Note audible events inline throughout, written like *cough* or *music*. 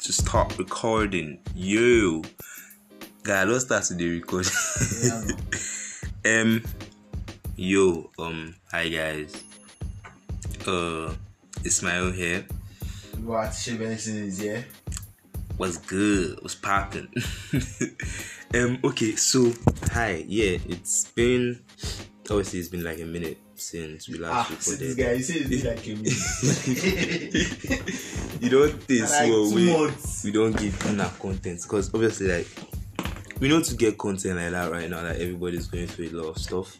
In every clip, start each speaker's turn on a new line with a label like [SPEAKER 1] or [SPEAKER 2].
[SPEAKER 1] to start recording. Yo, guy, I don't start today recording. *laughs* um, yo, um, hi guys. Uh, Ismail here.
[SPEAKER 2] What Shea Benson is here.
[SPEAKER 1] What's good? What's poppin'? *laughs* um, okay, so hi, yeah, it's been obviously it's been like a minute since we last
[SPEAKER 2] Ah, see this
[SPEAKER 1] recorded.
[SPEAKER 2] guy. He said it's like a
[SPEAKER 1] *laughs*
[SPEAKER 2] minute.
[SPEAKER 1] You don't taste
[SPEAKER 2] like
[SPEAKER 1] what
[SPEAKER 2] two
[SPEAKER 1] we
[SPEAKER 2] months.
[SPEAKER 1] we don't give enough content because obviously like we know to get content like that right now that everybody's going through a lot of stuff,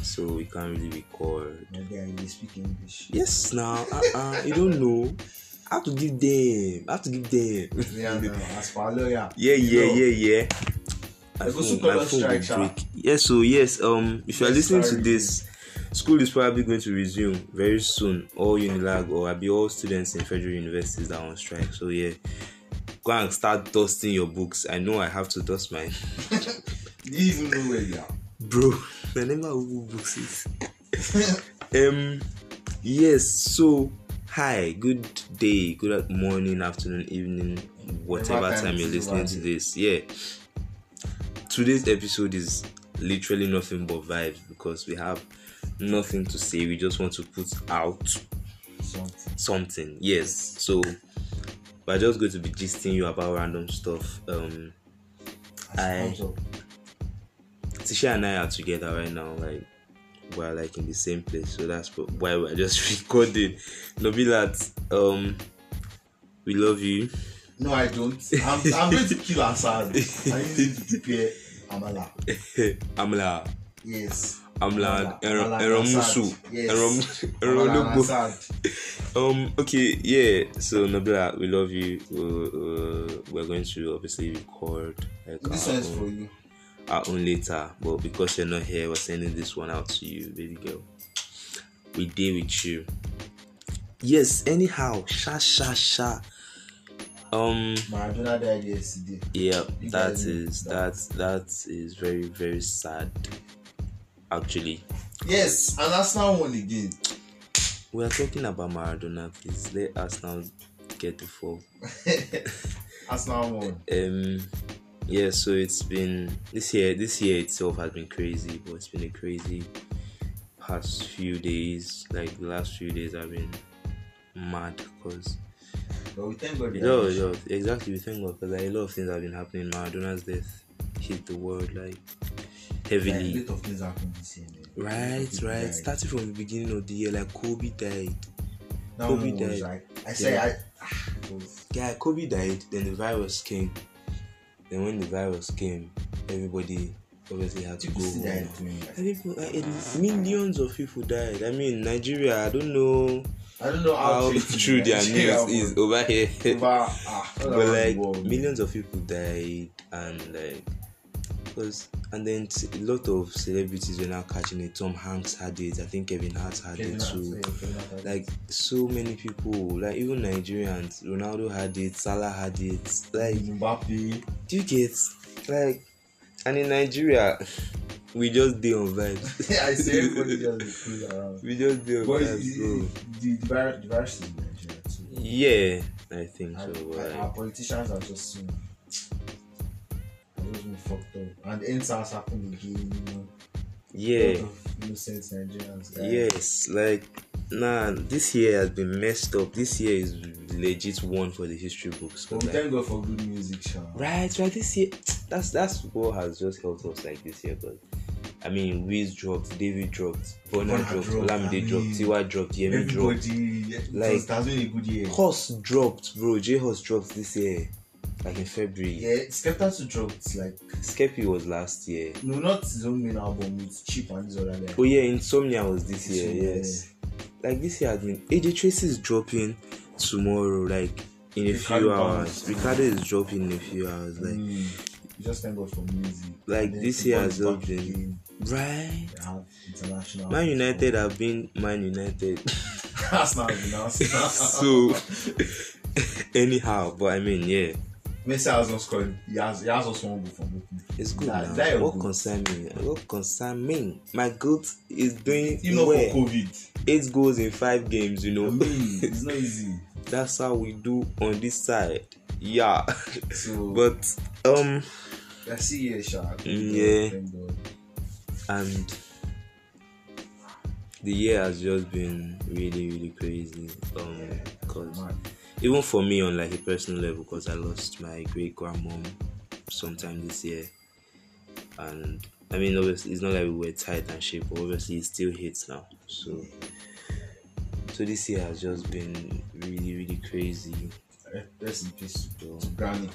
[SPEAKER 1] so we can't really record.
[SPEAKER 2] My guy, we speak English.
[SPEAKER 1] Yes, now uh, uh, you don't know. I have to give them. I have to give them. *laughs*
[SPEAKER 2] Yeah, no, as for lawyer.
[SPEAKER 1] Yeah, yeah,
[SPEAKER 2] No.
[SPEAKER 1] yeah, yeah.
[SPEAKER 2] They go super low strike, sha.
[SPEAKER 1] Yeah, so yes, um, if you are
[SPEAKER 2] Yes,
[SPEAKER 1] listening to
[SPEAKER 2] sorry.
[SPEAKER 1] this, school is probably going to resume very soon. All Unilag or I be all students in federal universities that are on strike. So yeah, go and start dusting your books. I know I have to dust mine,
[SPEAKER 2] You even know where you are.
[SPEAKER 1] bro. *laughs* I never Google books. is. Um, yes. So, hi. Good day. Good morning, afternoon, evening, whatever
[SPEAKER 2] Whatever time
[SPEAKER 1] time you're
[SPEAKER 2] it is
[SPEAKER 1] listening
[SPEAKER 2] around
[SPEAKER 1] to
[SPEAKER 2] you.
[SPEAKER 1] this. Yeah. Today's episode is literally nothing but vibes because we have nothing to say. We just want to put out
[SPEAKER 2] Something.
[SPEAKER 1] something. Yes. So, we're just going to be gisting you about random stuff. Um,
[SPEAKER 2] As
[SPEAKER 1] Aye.
[SPEAKER 2] it comes up.
[SPEAKER 1] Tisha and I are together right now, like we're like in the same place, so that's pro- why we're just *laughs* recording. No be that um we love you.
[SPEAKER 2] No, I don't. I'm, I'm going to
[SPEAKER 1] *laughs*
[SPEAKER 2] kill Assad. I need to prepare Amala.
[SPEAKER 1] Amla
[SPEAKER 2] Yes.
[SPEAKER 1] Amla
[SPEAKER 2] Amala, Amala
[SPEAKER 1] Eromusu.
[SPEAKER 2] Assad. Yes. *laughs* Amala and
[SPEAKER 1] Eromusu.
[SPEAKER 2] Assad.
[SPEAKER 1] Um okay, yeah. So no be that we love you. Uh, uh, we're going to obviously record like,
[SPEAKER 2] This
[SPEAKER 1] our,
[SPEAKER 2] one is for
[SPEAKER 1] own,
[SPEAKER 2] you.
[SPEAKER 1] our own later, but because you're not here, we're sending this one out to you, baby girl. we deal with you. Yes, anyhow, sha sha sha. Um
[SPEAKER 2] Maradona died yesterday.
[SPEAKER 1] yeah,
[SPEAKER 2] You
[SPEAKER 1] that
[SPEAKER 2] guys know
[SPEAKER 1] is that that is very very sad. Actually,
[SPEAKER 2] Yes, and Arsenal won again.
[SPEAKER 1] we are talking about Maradona. Please let us now get the full.
[SPEAKER 2] Arsenal won.
[SPEAKER 1] Um, yeah. So it's been this year. This year itself has been crazy, but it's been a crazy past few days. Like the last few days, have been mad because
[SPEAKER 2] But we thank God. they
[SPEAKER 1] Yeah,
[SPEAKER 2] are-
[SPEAKER 1] yeah, exactly. We thank God because like, a lot of things have been happening. Maradona's death hit the world like
[SPEAKER 2] Like,
[SPEAKER 1] heavily.
[SPEAKER 2] lot of things happened this year. man. A lot
[SPEAKER 1] Right,
[SPEAKER 2] of people
[SPEAKER 1] right.
[SPEAKER 2] died.
[SPEAKER 1] Starting from the beginning of the year, like Kobe died.
[SPEAKER 2] That
[SPEAKER 1] Kobe
[SPEAKER 2] one was
[SPEAKER 1] died.
[SPEAKER 2] like, I say,
[SPEAKER 1] Yeah.
[SPEAKER 2] I. ah, it was-
[SPEAKER 1] Yeah, Kobe died. Then the virus came. Then when the virus came, everybody obviously had to go
[SPEAKER 2] People still
[SPEAKER 1] home.
[SPEAKER 2] died to me.
[SPEAKER 1] And People, like, it- millions of people died. I mean, Nigeria. I don't know
[SPEAKER 2] I don't know
[SPEAKER 1] how
[SPEAKER 2] how,
[SPEAKER 1] true
[SPEAKER 2] *laughs*
[SPEAKER 1] their news is over here.
[SPEAKER 2] But, ah,
[SPEAKER 1] *laughs*
[SPEAKER 2] all
[SPEAKER 1] but
[SPEAKER 2] around the
[SPEAKER 1] like
[SPEAKER 2] world.
[SPEAKER 1] millions of people died and like because and then t- a lot of celebrities were now catching it tom hanks had it i think kevin hart had
[SPEAKER 2] Kevin
[SPEAKER 1] it
[SPEAKER 2] Hart,
[SPEAKER 1] too
[SPEAKER 2] yeah, Kevin Hart.
[SPEAKER 1] like so many people like even nigerians ronaldo had it salah had it like
[SPEAKER 2] Mbappe. *laughs*
[SPEAKER 1] do you get like and in nigeria *laughs* we just dey on vibes *laughs*
[SPEAKER 2] I say everybody just is cool around.
[SPEAKER 1] we just dey on
[SPEAKER 2] But it-
[SPEAKER 1] vibes bro
[SPEAKER 2] it- the, the, virus, the virus is in Nigeria too.
[SPEAKER 1] yeah i think so
[SPEAKER 2] And,
[SPEAKER 1] but,
[SPEAKER 2] and
[SPEAKER 1] like,
[SPEAKER 2] our politicians are just soon. Those been fucked up. And NSAS happened again. You know.
[SPEAKER 1] yeah
[SPEAKER 2] Lot of innocent Nigerians. Guys.
[SPEAKER 1] Yes, like nah, this year has been messed up. This year is legit one for the history books. 'cause,
[SPEAKER 2] But we
[SPEAKER 1] like-
[SPEAKER 2] thank God for good music, Sha.
[SPEAKER 1] right, right. This year, that's that's what has just helped us like this year. But I mean, Wiz dropped, David dropped, Bonner
[SPEAKER 2] Burna
[SPEAKER 1] dropped,
[SPEAKER 2] dropped,
[SPEAKER 1] Olamide
[SPEAKER 2] I mean,
[SPEAKER 1] dropped, Tiwa dropped, Yemi dropped,
[SPEAKER 2] Everybody, it
[SPEAKER 1] Like-
[SPEAKER 2] was- it has been a good year.
[SPEAKER 1] Horse dropped, bro. J Horse dropped this year, like in February.
[SPEAKER 2] Yeah, Skepta to dropped like
[SPEAKER 1] Skeppy was last year.
[SPEAKER 2] no, not his own main album. It's cheap and this other guy.
[SPEAKER 1] Oh yeah, Insomnia was this year.
[SPEAKER 2] Insomnia,
[SPEAKER 1] Yes, like this year has been. AJ Tracy is dropping tomorrow, like in a few
[SPEAKER 2] Ricardo
[SPEAKER 1] hours.
[SPEAKER 2] Banks.
[SPEAKER 1] Ricardo is dropping in a few hours, like
[SPEAKER 2] Mm. Just thank God for music.
[SPEAKER 1] Like,
[SPEAKER 2] And then
[SPEAKER 1] this year
[SPEAKER 2] football is
[SPEAKER 1] has not
[SPEAKER 2] back
[SPEAKER 1] been-
[SPEAKER 2] again.
[SPEAKER 1] right.
[SPEAKER 2] They have international.
[SPEAKER 1] Man
[SPEAKER 2] *laughs*
[SPEAKER 1] United have been Man United, *laughs*
[SPEAKER 2] Arsenal have been Arsenal.
[SPEAKER 1] so *laughs* anyhow. But I mean, yeah,
[SPEAKER 2] Messi has not scored. He has he has just one goal from open.
[SPEAKER 1] it's good
[SPEAKER 2] That-
[SPEAKER 1] now.
[SPEAKER 2] that your
[SPEAKER 1] what
[SPEAKER 2] goat?
[SPEAKER 1] concern me? What concern me? My goat is doing
[SPEAKER 2] Even though
[SPEAKER 1] well.
[SPEAKER 2] for COVID,
[SPEAKER 1] Eight *laughs* goals in five games. You
[SPEAKER 2] I
[SPEAKER 1] know,
[SPEAKER 2] mean, it's not easy.
[SPEAKER 1] that's how we do on this side. yeah.
[SPEAKER 2] So
[SPEAKER 1] But um,
[SPEAKER 2] I see you, Sha. Thank God,
[SPEAKER 1] Yeah.
[SPEAKER 2] Thank God.
[SPEAKER 1] and the year has just been really, really crazy. Um, cause
[SPEAKER 2] Man,
[SPEAKER 1] even for me on like a personal level, cause I lost my great grandmom sometime this year, and I mean, obviously, it's not like we were tight and shit, but obviously, it still hits now. So, so this year has just been really, really crazy.
[SPEAKER 2] eh, Rest in peace
[SPEAKER 1] So,
[SPEAKER 2] to Granny.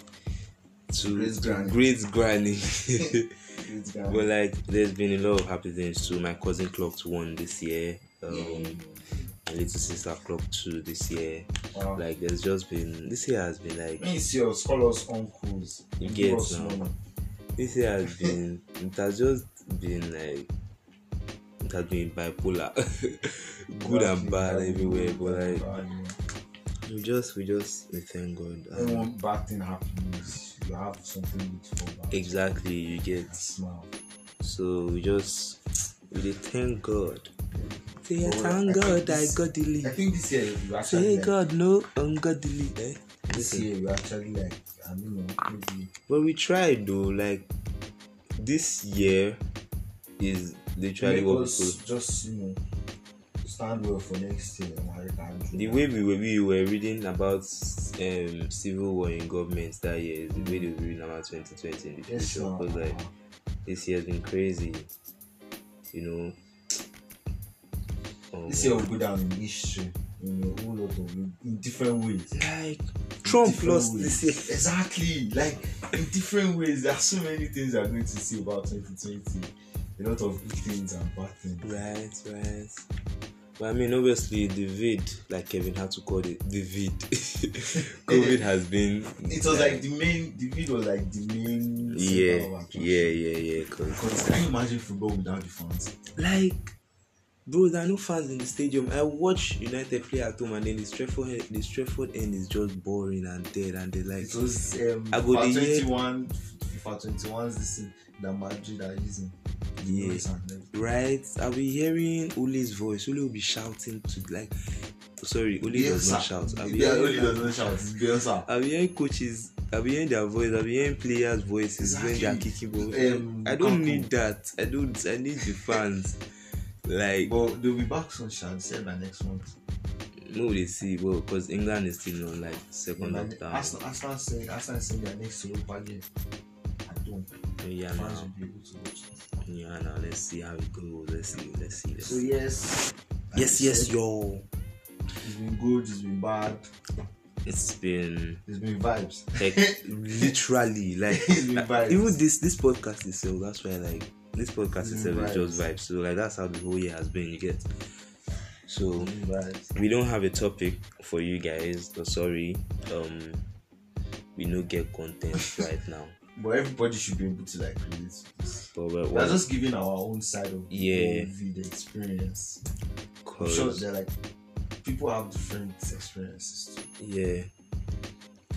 [SPEAKER 1] to
[SPEAKER 2] Great granny.
[SPEAKER 1] Great granny. *laughs*
[SPEAKER 2] Great Granny.
[SPEAKER 1] but like, there's been a lot of happy things too. My cousin clocked one this year. Um, My little sister clocked two this year.
[SPEAKER 2] Wow.
[SPEAKER 1] Like, there's just been this year has been like
[SPEAKER 2] Me see us, call us uncles.
[SPEAKER 1] You
[SPEAKER 2] Give
[SPEAKER 1] get um,
[SPEAKER 2] us
[SPEAKER 1] now.
[SPEAKER 2] money.
[SPEAKER 1] this year has been it has just been like it has been bipolar, *laughs* good and bad everywhere. But like,
[SPEAKER 2] Bad, yeah.
[SPEAKER 1] we just we just we thank God.
[SPEAKER 2] when
[SPEAKER 1] And
[SPEAKER 2] one bad thing happens, you have something good to fall back.
[SPEAKER 1] exactly, you get
[SPEAKER 2] And smile.
[SPEAKER 1] So we just we dey thank God. Say I
[SPEAKER 2] But
[SPEAKER 1] thank
[SPEAKER 2] I think
[SPEAKER 1] God I
[SPEAKER 2] this-
[SPEAKER 1] godly.
[SPEAKER 2] I think this year we actually
[SPEAKER 1] Say
[SPEAKER 2] like,
[SPEAKER 1] God no ungodly. Eh?
[SPEAKER 2] this year we actually like I don't know maybe
[SPEAKER 1] But we tried though, like this year is literally
[SPEAKER 2] make
[SPEAKER 1] what
[SPEAKER 2] us
[SPEAKER 1] people
[SPEAKER 2] just you know stand well for next year and I can do
[SPEAKER 1] the
[SPEAKER 2] that.
[SPEAKER 1] way we were we were reading about um civil war in government that year is the way they were reading about 2020 in the future.
[SPEAKER 2] yes, sir.
[SPEAKER 1] Because like oh this year has been crazy. You know. Um,
[SPEAKER 2] this year will go down in history in a whole lot of in different ways.
[SPEAKER 1] like Trump
[SPEAKER 2] different
[SPEAKER 1] lost
[SPEAKER 2] ways.
[SPEAKER 1] this year.
[SPEAKER 2] Exactly. Like in different ways. There are so many things we are going to see about 2020. A lot of good things and bad things.
[SPEAKER 1] Right, right. But I mean, obviously, the vid, like Kevin had to call it, the vid. *laughs*
[SPEAKER 2] *laughs*
[SPEAKER 1] COVID has been.
[SPEAKER 2] It was like the main the video was like the main center of
[SPEAKER 1] Yeah,
[SPEAKER 2] attraction.
[SPEAKER 1] yeah, yeah, yeah. 'cause-
[SPEAKER 2] Because can you imagine football without the fans?
[SPEAKER 1] Like, bro, there are no fans in the stadium. I watch United play at home, and then the Stratford, he- the Stratford end is just boring and dead, and they like.
[SPEAKER 2] It was um,
[SPEAKER 1] I go
[SPEAKER 2] FIFA
[SPEAKER 1] dey hear-
[SPEAKER 2] 21 FIFA 21's this thing that Madrid are using. The
[SPEAKER 1] Yeah.
[SPEAKER 2] noise and everything.
[SPEAKER 1] Right, I'll be hearing Ole's voice. Ole will be shouting to like, sorry, Ole does not
[SPEAKER 2] Bielsa.
[SPEAKER 1] shout. I'll be
[SPEAKER 2] Yeah,
[SPEAKER 1] hearing
[SPEAKER 2] Oli
[SPEAKER 1] that.
[SPEAKER 2] does not shout. It's
[SPEAKER 1] *laughs*
[SPEAKER 2] Bielsa.
[SPEAKER 1] I'll be hearing coaches, I'll be hearing their voice, I'll be hearing players' voices when they're
[SPEAKER 2] Exactly.
[SPEAKER 1] kicking ball.
[SPEAKER 2] Um,
[SPEAKER 1] I don't
[SPEAKER 2] Lukaku.
[SPEAKER 1] need that. I don't. I need the
[SPEAKER 2] *laughs*
[SPEAKER 1] fans. like,
[SPEAKER 2] But they'll be back soon, shall said by next month.
[SPEAKER 1] no, they see well because England is still on like second
[SPEAKER 2] Arsenal
[SPEAKER 1] lockdown.
[SPEAKER 2] Arsenal saying Arsenal saying their next Europa game. I don't.
[SPEAKER 1] Yeah,
[SPEAKER 2] Fans will
[SPEAKER 1] now,
[SPEAKER 2] be able to watch it.
[SPEAKER 1] yeah, now. Let's see how it goes. Let's see. Let's see. Let's
[SPEAKER 2] So
[SPEAKER 1] see.
[SPEAKER 2] yes. like
[SPEAKER 1] Yes,
[SPEAKER 2] you
[SPEAKER 1] yes,
[SPEAKER 2] said,
[SPEAKER 1] yo.
[SPEAKER 2] It's been good. It's been bad.
[SPEAKER 1] It's been
[SPEAKER 2] It's been vibes. *laughs*
[SPEAKER 1] like literally like
[SPEAKER 2] It's been *laughs* vibes.
[SPEAKER 1] even this this podcast itself. That's why like this podcast
[SPEAKER 2] It's been
[SPEAKER 1] itself is just
[SPEAKER 2] Mm, vibes.
[SPEAKER 1] vibes. So like that's how the whole year has been. You get so.
[SPEAKER 2] It's been vibes.
[SPEAKER 1] we don't have a topic for you guys so sorry um we no get content right now
[SPEAKER 2] But everybody should be able to like relate to this.
[SPEAKER 1] but we're,
[SPEAKER 2] We're
[SPEAKER 1] we're
[SPEAKER 2] just giving our own side of the
[SPEAKER 1] Yeah.
[SPEAKER 2] COVID experience. I'm sure
[SPEAKER 1] 'cause-
[SPEAKER 2] they're like people have different experiences too.
[SPEAKER 1] yeah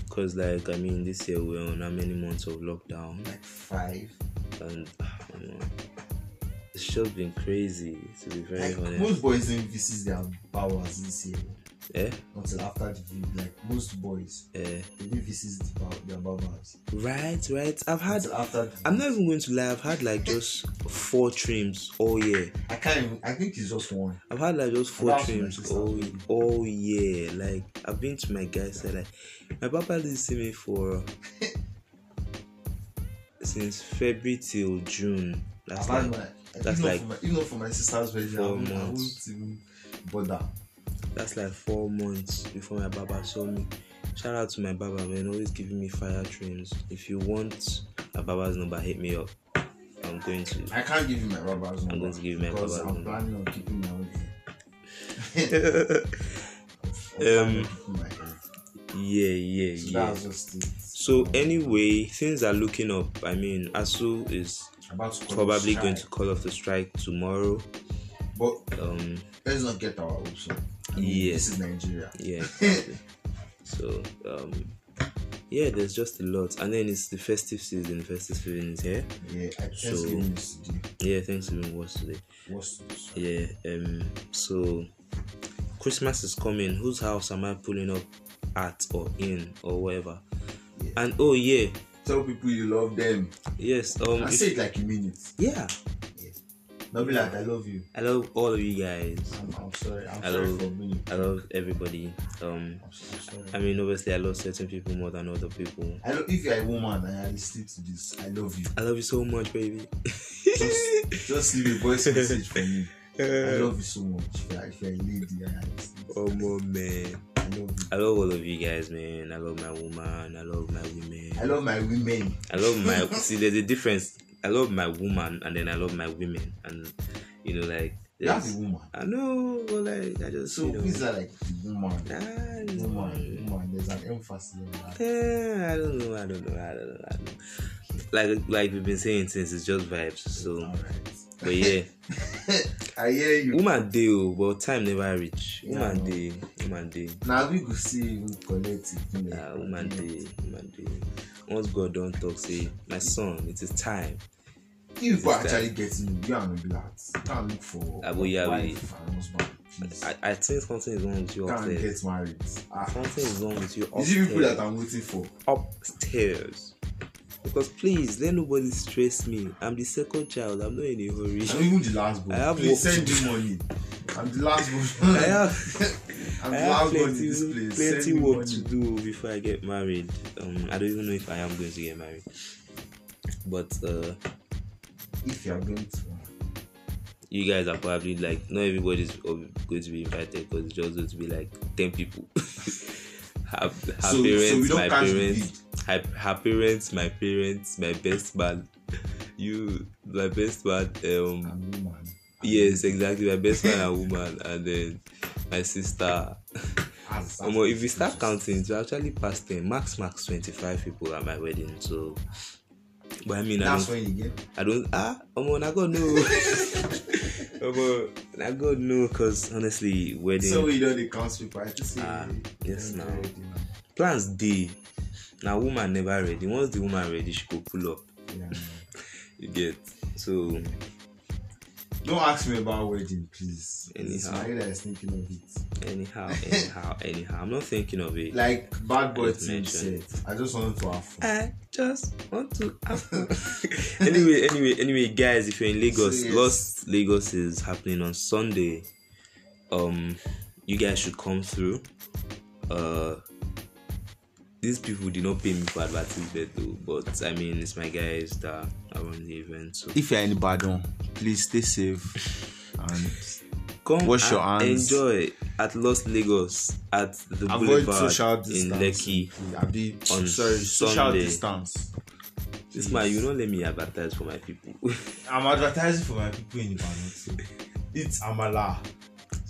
[SPEAKER 1] because like i mean this year we're on how many months of lockdown
[SPEAKER 2] Like five.
[SPEAKER 1] and ah, I don't know. it's just been crazy to be very
[SPEAKER 2] Like
[SPEAKER 1] honest
[SPEAKER 2] most boys didn't visit their powers this year
[SPEAKER 1] eh
[SPEAKER 2] until after the vid. Like most boys,
[SPEAKER 1] eh
[SPEAKER 2] they didn't visit the bow- their powers
[SPEAKER 1] right right i've had
[SPEAKER 2] until after. The
[SPEAKER 1] i'm
[SPEAKER 2] vid.
[SPEAKER 1] not even going to lie i've had like just four trims all year
[SPEAKER 2] I can't. Even, I think it's just one.
[SPEAKER 1] I've had like just
[SPEAKER 2] And
[SPEAKER 1] four
[SPEAKER 2] that's my
[SPEAKER 1] trips
[SPEAKER 2] sister.
[SPEAKER 1] all all year. Like I've been to my guys side. Like my papa didn't see me
[SPEAKER 2] *laughs*
[SPEAKER 1] for since February till June. That's
[SPEAKER 2] I've had
[SPEAKER 1] like
[SPEAKER 2] my-
[SPEAKER 1] that's
[SPEAKER 2] even
[SPEAKER 1] like
[SPEAKER 2] for my, even for my sister's wedding, I
[SPEAKER 1] four
[SPEAKER 2] won't, I won't
[SPEAKER 1] months.
[SPEAKER 2] even bother.
[SPEAKER 1] that's like four months before my baba saw me. Shout out to my baba man, always giving me fire trims. If you want my baba's number, hit me up. I'm going to.
[SPEAKER 2] I can't give you my rubber's number.
[SPEAKER 1] going to give you my
[SPEAKER 2] because
[SPEAKER 1] rubber's
[SPEAKER 2] I'm
[SPEAKER 1] number.
[SPEAKER 2] planning on keeping my
[SPEAKER 1] *laughs*
[SPEAKER 2] own hair. I'm
[SPEAKER 1] Um,
[SPEAKER 2] planning on keeping my hair.
[SPEAKER 1] yeah, yeah,
[SPEAKER 2] So
[SPEAKER 1] yeah.
[SPEAKER 2] that's just it.
[SPEAKER 1] So
[SPEAKER 2] Um,
[SPEAKER 1] anyway, things are looking up. I mean, Asu is
[SPEAKER 2] about to call
[SPEAKER 1] probably
[SPEAKER 2] it
[SPEAKER 1] going
[SPEAKER 2] shy.
[SPEAKER 1] to call off the strike tomorrow.
[SPEAKER 2] But
[SPEAKER 1] Um,
[SPEAKER 2] let's not get our hopes up. I
[SPEAKER 1] Yeah.
[SPEAKER 2] This is Nigeria. *laughs*
[SPEAKER 1] yeah. exactly. so, um, yeah, there's just a lot, and then it's the festive season. The festive season is here.
[SPEAKER 2] Yeah, I
[SPEAKER 1] So-
[SPEAKER 2] Thanksgiving is today.
[SPEAKER 1] Yeah, Thanksgiving was today.
[SPEAKER 2] What's this?
[SPEAKER 1] Yeah. Um. So, Christmas is coming. Whose house am I pulling up at or in or whatever? And oh yeah,
[SPEAKER 2] Tell people you love them.
[SPEAKER 1] yes. Um,
[SPEAKER 2] and
[SPEAKER 1] if-
[SPEAKER 2] say it like you mean it.
[SPEAKER 1] yeah.
[SPEAKER 2] Not be like I love you.
[SPEAKER 1] I love all of you guys.
[SPEAKER 2] I'm, I'm sorry. I'm
[SPEAKER 1] I
[SPEAKER 2] sorry
[SPEAKER 1] love-
[SPEAKER 2] for me.
[SPEAKER 1] I love everybody. Um,
[SPEAKER 2] I'm so sorry.
[SPEAKER 1] I mean, obviously, I love certain people more than other people.
[SPEAKER 2] I love, if you're a woman and you sleep to this, I love
[SPEAKER 1] *laughs*
[SPEAKER 2] you.
[SPEAKER 1] I love you so much, baby.
[SPEAKER 2] Just, just leave a voice message for me. I love you so much. If you're, if you're a lady and you sleep to
[SPEAKER 1] Oh
[SPEAKER 2] this,
[SPEAKER 1] my man,
[SPEAKER 2] I love you.
[SPEAKER 1] I love all of you guys, man. I love my woman. I love my women.
[SPEAKER 2] I love my women.
[SPEAKER 1] I love
[SPEAKER 2] *laughs*
[SPEAKER 1] my see. There's a difference. I love my woman, and then I love my women, and you know, like
[SPEAKER 2] You have a
[SPEAKER 1] there's-
[SPEAKER 2] woman.
[SPEAKER 1] I know, but like I just
[SPEAKER 2] So
[SPEAKER 1] you know,
[SPEAKER 2] who's that like woman?
[SPEAKER 1] nah,
[SPEAKER 2] Woman, woman. There's an emphasis on that.
[SPEAKER 1] eh, I don't know. I don't know. I don't know. I don't know. Like like we've been saying since it's just vibes. So,
[SPEAKER 2] Alright.
[SPEAKER 1] but yeah,
[SPEAKER 2] I hear you.
[SPEAKER 1] woman day, oh, but time never reach. Woman
[SPEAKER 2] Yeah.
[SPEAKER 1] day, woman day.
[SPEAKER 2] Now we go see who collect it. you know.
[SPEAKER 1] Ah, woman day, woman day. Once God don't talk, say, my son, it is time.
[SPEAKER 2] You people
[SPEAKER 1] It's
[SPEAKER 2] actually getting me. You are not black. Can't look for
[SPEAKER 1] Ah, but yeah, we-
[SPEAKER 2] wife and husband. Please.
[SPEAKER 1] I, I think something is wrong with you
[SPEAKER 2] Can't
[SPEAKER 1] upstairs.
[SPEAKER 2] get married. Ah.
[SPEAKER 1] Something is wrong with you
[SPEAKER 2] Is it people that
[SPEAKER 1] upstairs.
[SPEAKER 2] I'm waiting for?
[SPEAKER 1] upstairs. Because please, let nobody stress me. I'm the second child. I'm not in a hurry.
[SPEAKER 2] *laughs* I'm even the last
[SPEAKER 1] I have
[SPEAKER 2] one. Please
[SPEAKER 1] work to
[SPEAKER 2] send me money. I'm the last
[SPEAKER 1] *laughs*
[SPEAKER 2] one.
[SPEAKER 1] I have,
[SPEAKER 2] I'm
[SPEAKER 1] I
[SPEAKER 2] the
[SPEAKER 1] have
[SPEAKER 2] last one in
[SPEAKER 1] plenty,
[SPEAKER 2] this place.
[SPEAKER 1] plenty
[SPEAKER 2] send me
[SPEAKER 1] work
[SPEAKER 2] money.
[SPEAKER 1] to do before I get married. Um, I don't even know if I am going to get married. But uh,
[SPEAKER 2] If you're going to.
[SPEAKER 1] you guys are probably like, not everybody's ob- going to be invited because it's just going to be like 10 people. *laughs* her, her
[SPEAKER 2] So, so
[SPEAKER 1] parents,
[SPEAKER 2] we
[SPEAKER 1] my
[SPEAKER 2] don't catch
[SPEAKER 1] parents.
[SPEAKER 2] the lead.
[SPEAKER 1] her, her parents, my parents, my best man, *laughs* you, my best man, um,
[SPEAKER 2] I'm woman.
[SPEAKER 1] yes, exactly, my best man and woman, and then my sister.
[SPEAKER 2] As- as-
[SPEAKER 1] Omo, if we start counting, it's actually past 10, max, max 25 people at my wedding, so. But I mean, I
[SPEAKER 2] That's
[SPEAKER 1] don't,
[SPEAKER 2] when you get
[SPEAKER 1] I don't, ah, Omo, I got no. *laughs* Omo, I got no, because honestly, wedding.
[SPEAKER 2] So we don't count people. I just say
[SPEAKER 1] Ah, yes,
[SPEAKER 2] don't
[SPEAKER 1] now.
[SPEAKER 2] do it, you know.
[SPEAKER 1] plans dey na woman never ready once the woman ready she go pull up
[SPEAKER 2] Yeah, no.
[SPEAKER 1] you get so
[SPEAKER 2] Don't ask me about wedding, please. It's
[SPEAKER 1] Anyhow.
[SPEAKER 2] Maria that is thinking of it.
[SPEAKER 1] anyhow anyhow anyhow i'm not thinking of it
[SPEAKER 2] Like bad boy
[SPEAKER 1] Just
[SPEAKER 2] team
[SPEAKER 1] mention.
[SPEAKER 2] said, I just wanted to have fun.
[SPEAKER 1] i just want to have fun. *laughs* anyway anyway anyway guys if you're in lagos
[SPEAKER 2] So, yes.
[SPEAKER 1] lost lagos is happening on sunday um you guys should come through uh these people did not pay me for advertisement though but i mean it's my guys that are on the event so
[SPEAKER 2] If you're in Badon, please stay safe and
[SPEAKER 1] Come
[SPEAKER 2] Wash your
[SPEAKER 1] and
[SPEAKER 2] hands.
[SPEAKER 1] Enjoy at Los Lagos at the
[SPEAKER 2] avoid
[SPEAKER 1] Boulevard
[SPEAKER 2] social
[SPEAKER 1] in
[SPEAKER 2] distance.
[SPEAKER 1] Lekki.
[SPEAKER 2] Abi,
[SPEAKER 1] on
[SPEAKER 2] sorry, social
[SPEAKER 1] Sunday.
[SPEAKER 2] distance.
[SPEAKER 1] This
[SPEAKER 2] Please.
[SPEAKER 1] man, you don't let me advertise for my people. *laughs*
[SPEAKER 2] I'm advertising for my people in Ibadan. So. It's Amala.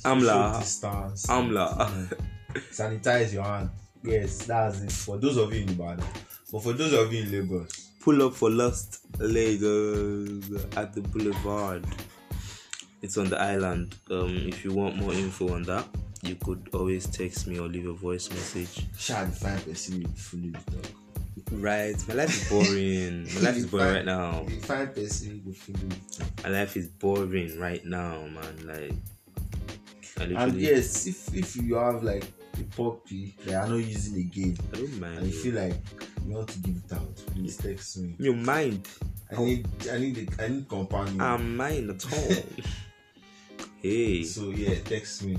[SPEAKER 1] Amla.
[SPEAKER 2] Social Distance.
[SPEAKER 1] Amla.
[SPEAKER 2] Sanitize your hand. Yes, that's it. For those of you in Ibadan. But for those of you in Lagos,
[SPEAKER 1] Pull up for Lost Lagos at the Boulevard. It's on the island. Um, if you want more info on that, you could always text me or leave a voice message.
[SPEAKER 2] shall find person you fully talk.
[SPEAKER 1] Right, my life is boring.
[SPEAKER 2] *laughs*
[SPEAKER 1] My life is boring right now.
[SPEAKER 2] You find person you fully talk.
[SPEAKER 1] My life is boring right now, man. Like, I
[SPEAKER 2] And
[SPEAKER 1] literally,
[SPEAKER 2] yes, if if you have like a puppy that you're not using again
[SPEAKER 1] I don't mind.
[SPEAKER 2] and you
[SPEAKER 1] though.
[SPEAKER 2] feel like you want to give it out, please text me.
[SPEAKER 1] Your mind.
[SPEAKER 2] I need I need a, I need companion.
[SPEAKER 1] I'm mine at
[SPEAKER 2] *laughs*
[SPEAKER 1] all. hey,
[SPEAKER 2] So yeah, text me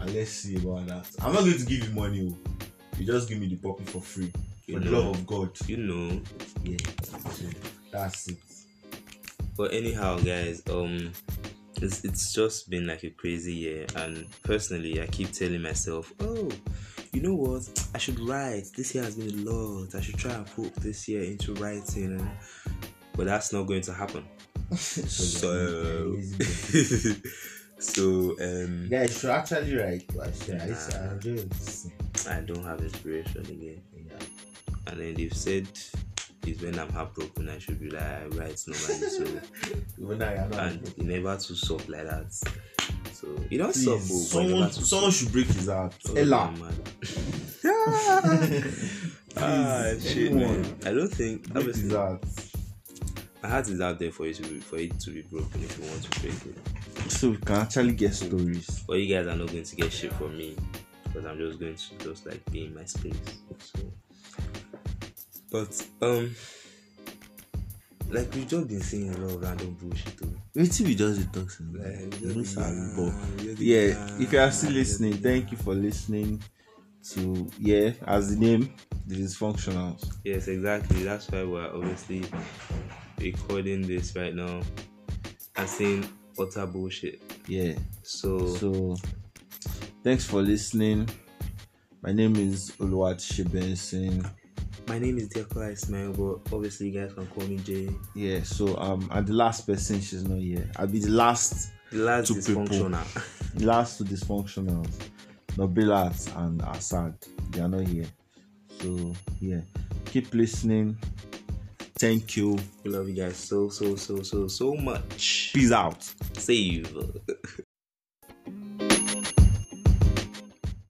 [SPEAKER 2] and let's see about that. I'm not going to give you money. oh. You just give me the puppy for free. For the
[SPEAKER 1] No.
[SPEAKER 2] love of God.
[SPEAKER 1] you know.
[SPEAKER 2] Yeah. So that's it.
[SPEAKER 1] But anyhow, guys, um, it's it's just been like a crazy year, and personally, I keep telling myself, oh, you know what? I should write. This year has been a lot. I should try and put this year into writing, and- but that's not going to happen. *laughs* so, *laughs* so um,
[SPEAKER 2] yeah, you should actually write. But sure, I
[SPEAKER 1] Nah.
[SPEAKER 2] I just
[SPEAKER 1] I don't have inspiration again.
[SPEAKER 2] yeah.
[SPEAKER 1] and then they've said is when I'm heartbroken I should be like I write normally so
[SPEAKER 2] *laughs* Even I am not.
[SPEAKER 1] and it never too soft like that. So you don't
[SPEAKER 2] Please,
[SPEAKER 1] soft oh, but it
[SPEAKER 2] someone,
[SPEAKER 1] never too
[SPEAKER 2] someone should break his heart.
[SPEAKER 1] soft.
[SPEAKER 2] Ella.
[SPEAKER 1] Oh, man.
[SPEAKER 2] *laughs*
[SPEAKER 1] ah
[SPEAKER 2] Please,
[SPEAKER 1] shit
[SPEAKER 2] anyone,
[SPEAKER 1] man. I don't think
[SPEAKER 2] Break his
[SPEAKER 1] obviously
[SPEAKER 2] heart.
[SPEAKER 1] my heart is out there for you to be for it to be broken if you want to break it.
[SPEAKER 2] So we can actually get stories.
[SPEAKER 1] But you guys are not going to get shit from me because I'm just going to just like be in my space. So But um like we've just been seeing a lot of random bullshit though. Wetin
[SPEAKER 2] we Eh, just dey talk since?
[SPEAKER 1] Like, we just
[SPEAKER 2] No
[SPEAKER 1] dey
[SPEAKER 2] sabi,
[SPEAKER 1] yarn,
[SPEAKER 2] but
[SPEAKER 1] we just dey
[SPEAKER 2] yeah, if you are still
[SPEAKER 1] yarn.
[SPEAKER 2] listening, thank you for listening to yeah, as the name, the dysfunctionals.
[SPEAKER 1] Yes, exactly. That's why we're obviously recording this right now and saying utter bullshit.
[SPEAKER 2] Yeah.
[SPEAKER 1] So,
[SPEAKER 2] So thanks for listening. My name is Oluwachi Benson.
[SPEAKER 1] my name is Dekola Ismail, but obviously you guys can call me Jay.
[SPEAKER 2] Yeah, so um I'm the last person she's not here. I'll be the last
[SPEAKER 1] The last
[SPEAKER 2] Two people.
[SPEAKER 1] *laughs* dysfunctional.
[SPEAKER 2] last to dysfunctionals. Nobilat and Assad. They are not here. So yeah. Keep listening. Thank you.
[SPEAKER 1] we love you guys so so so so so much.
[SPEAKER 2] Peace out.
[SPEAKER 1] Save.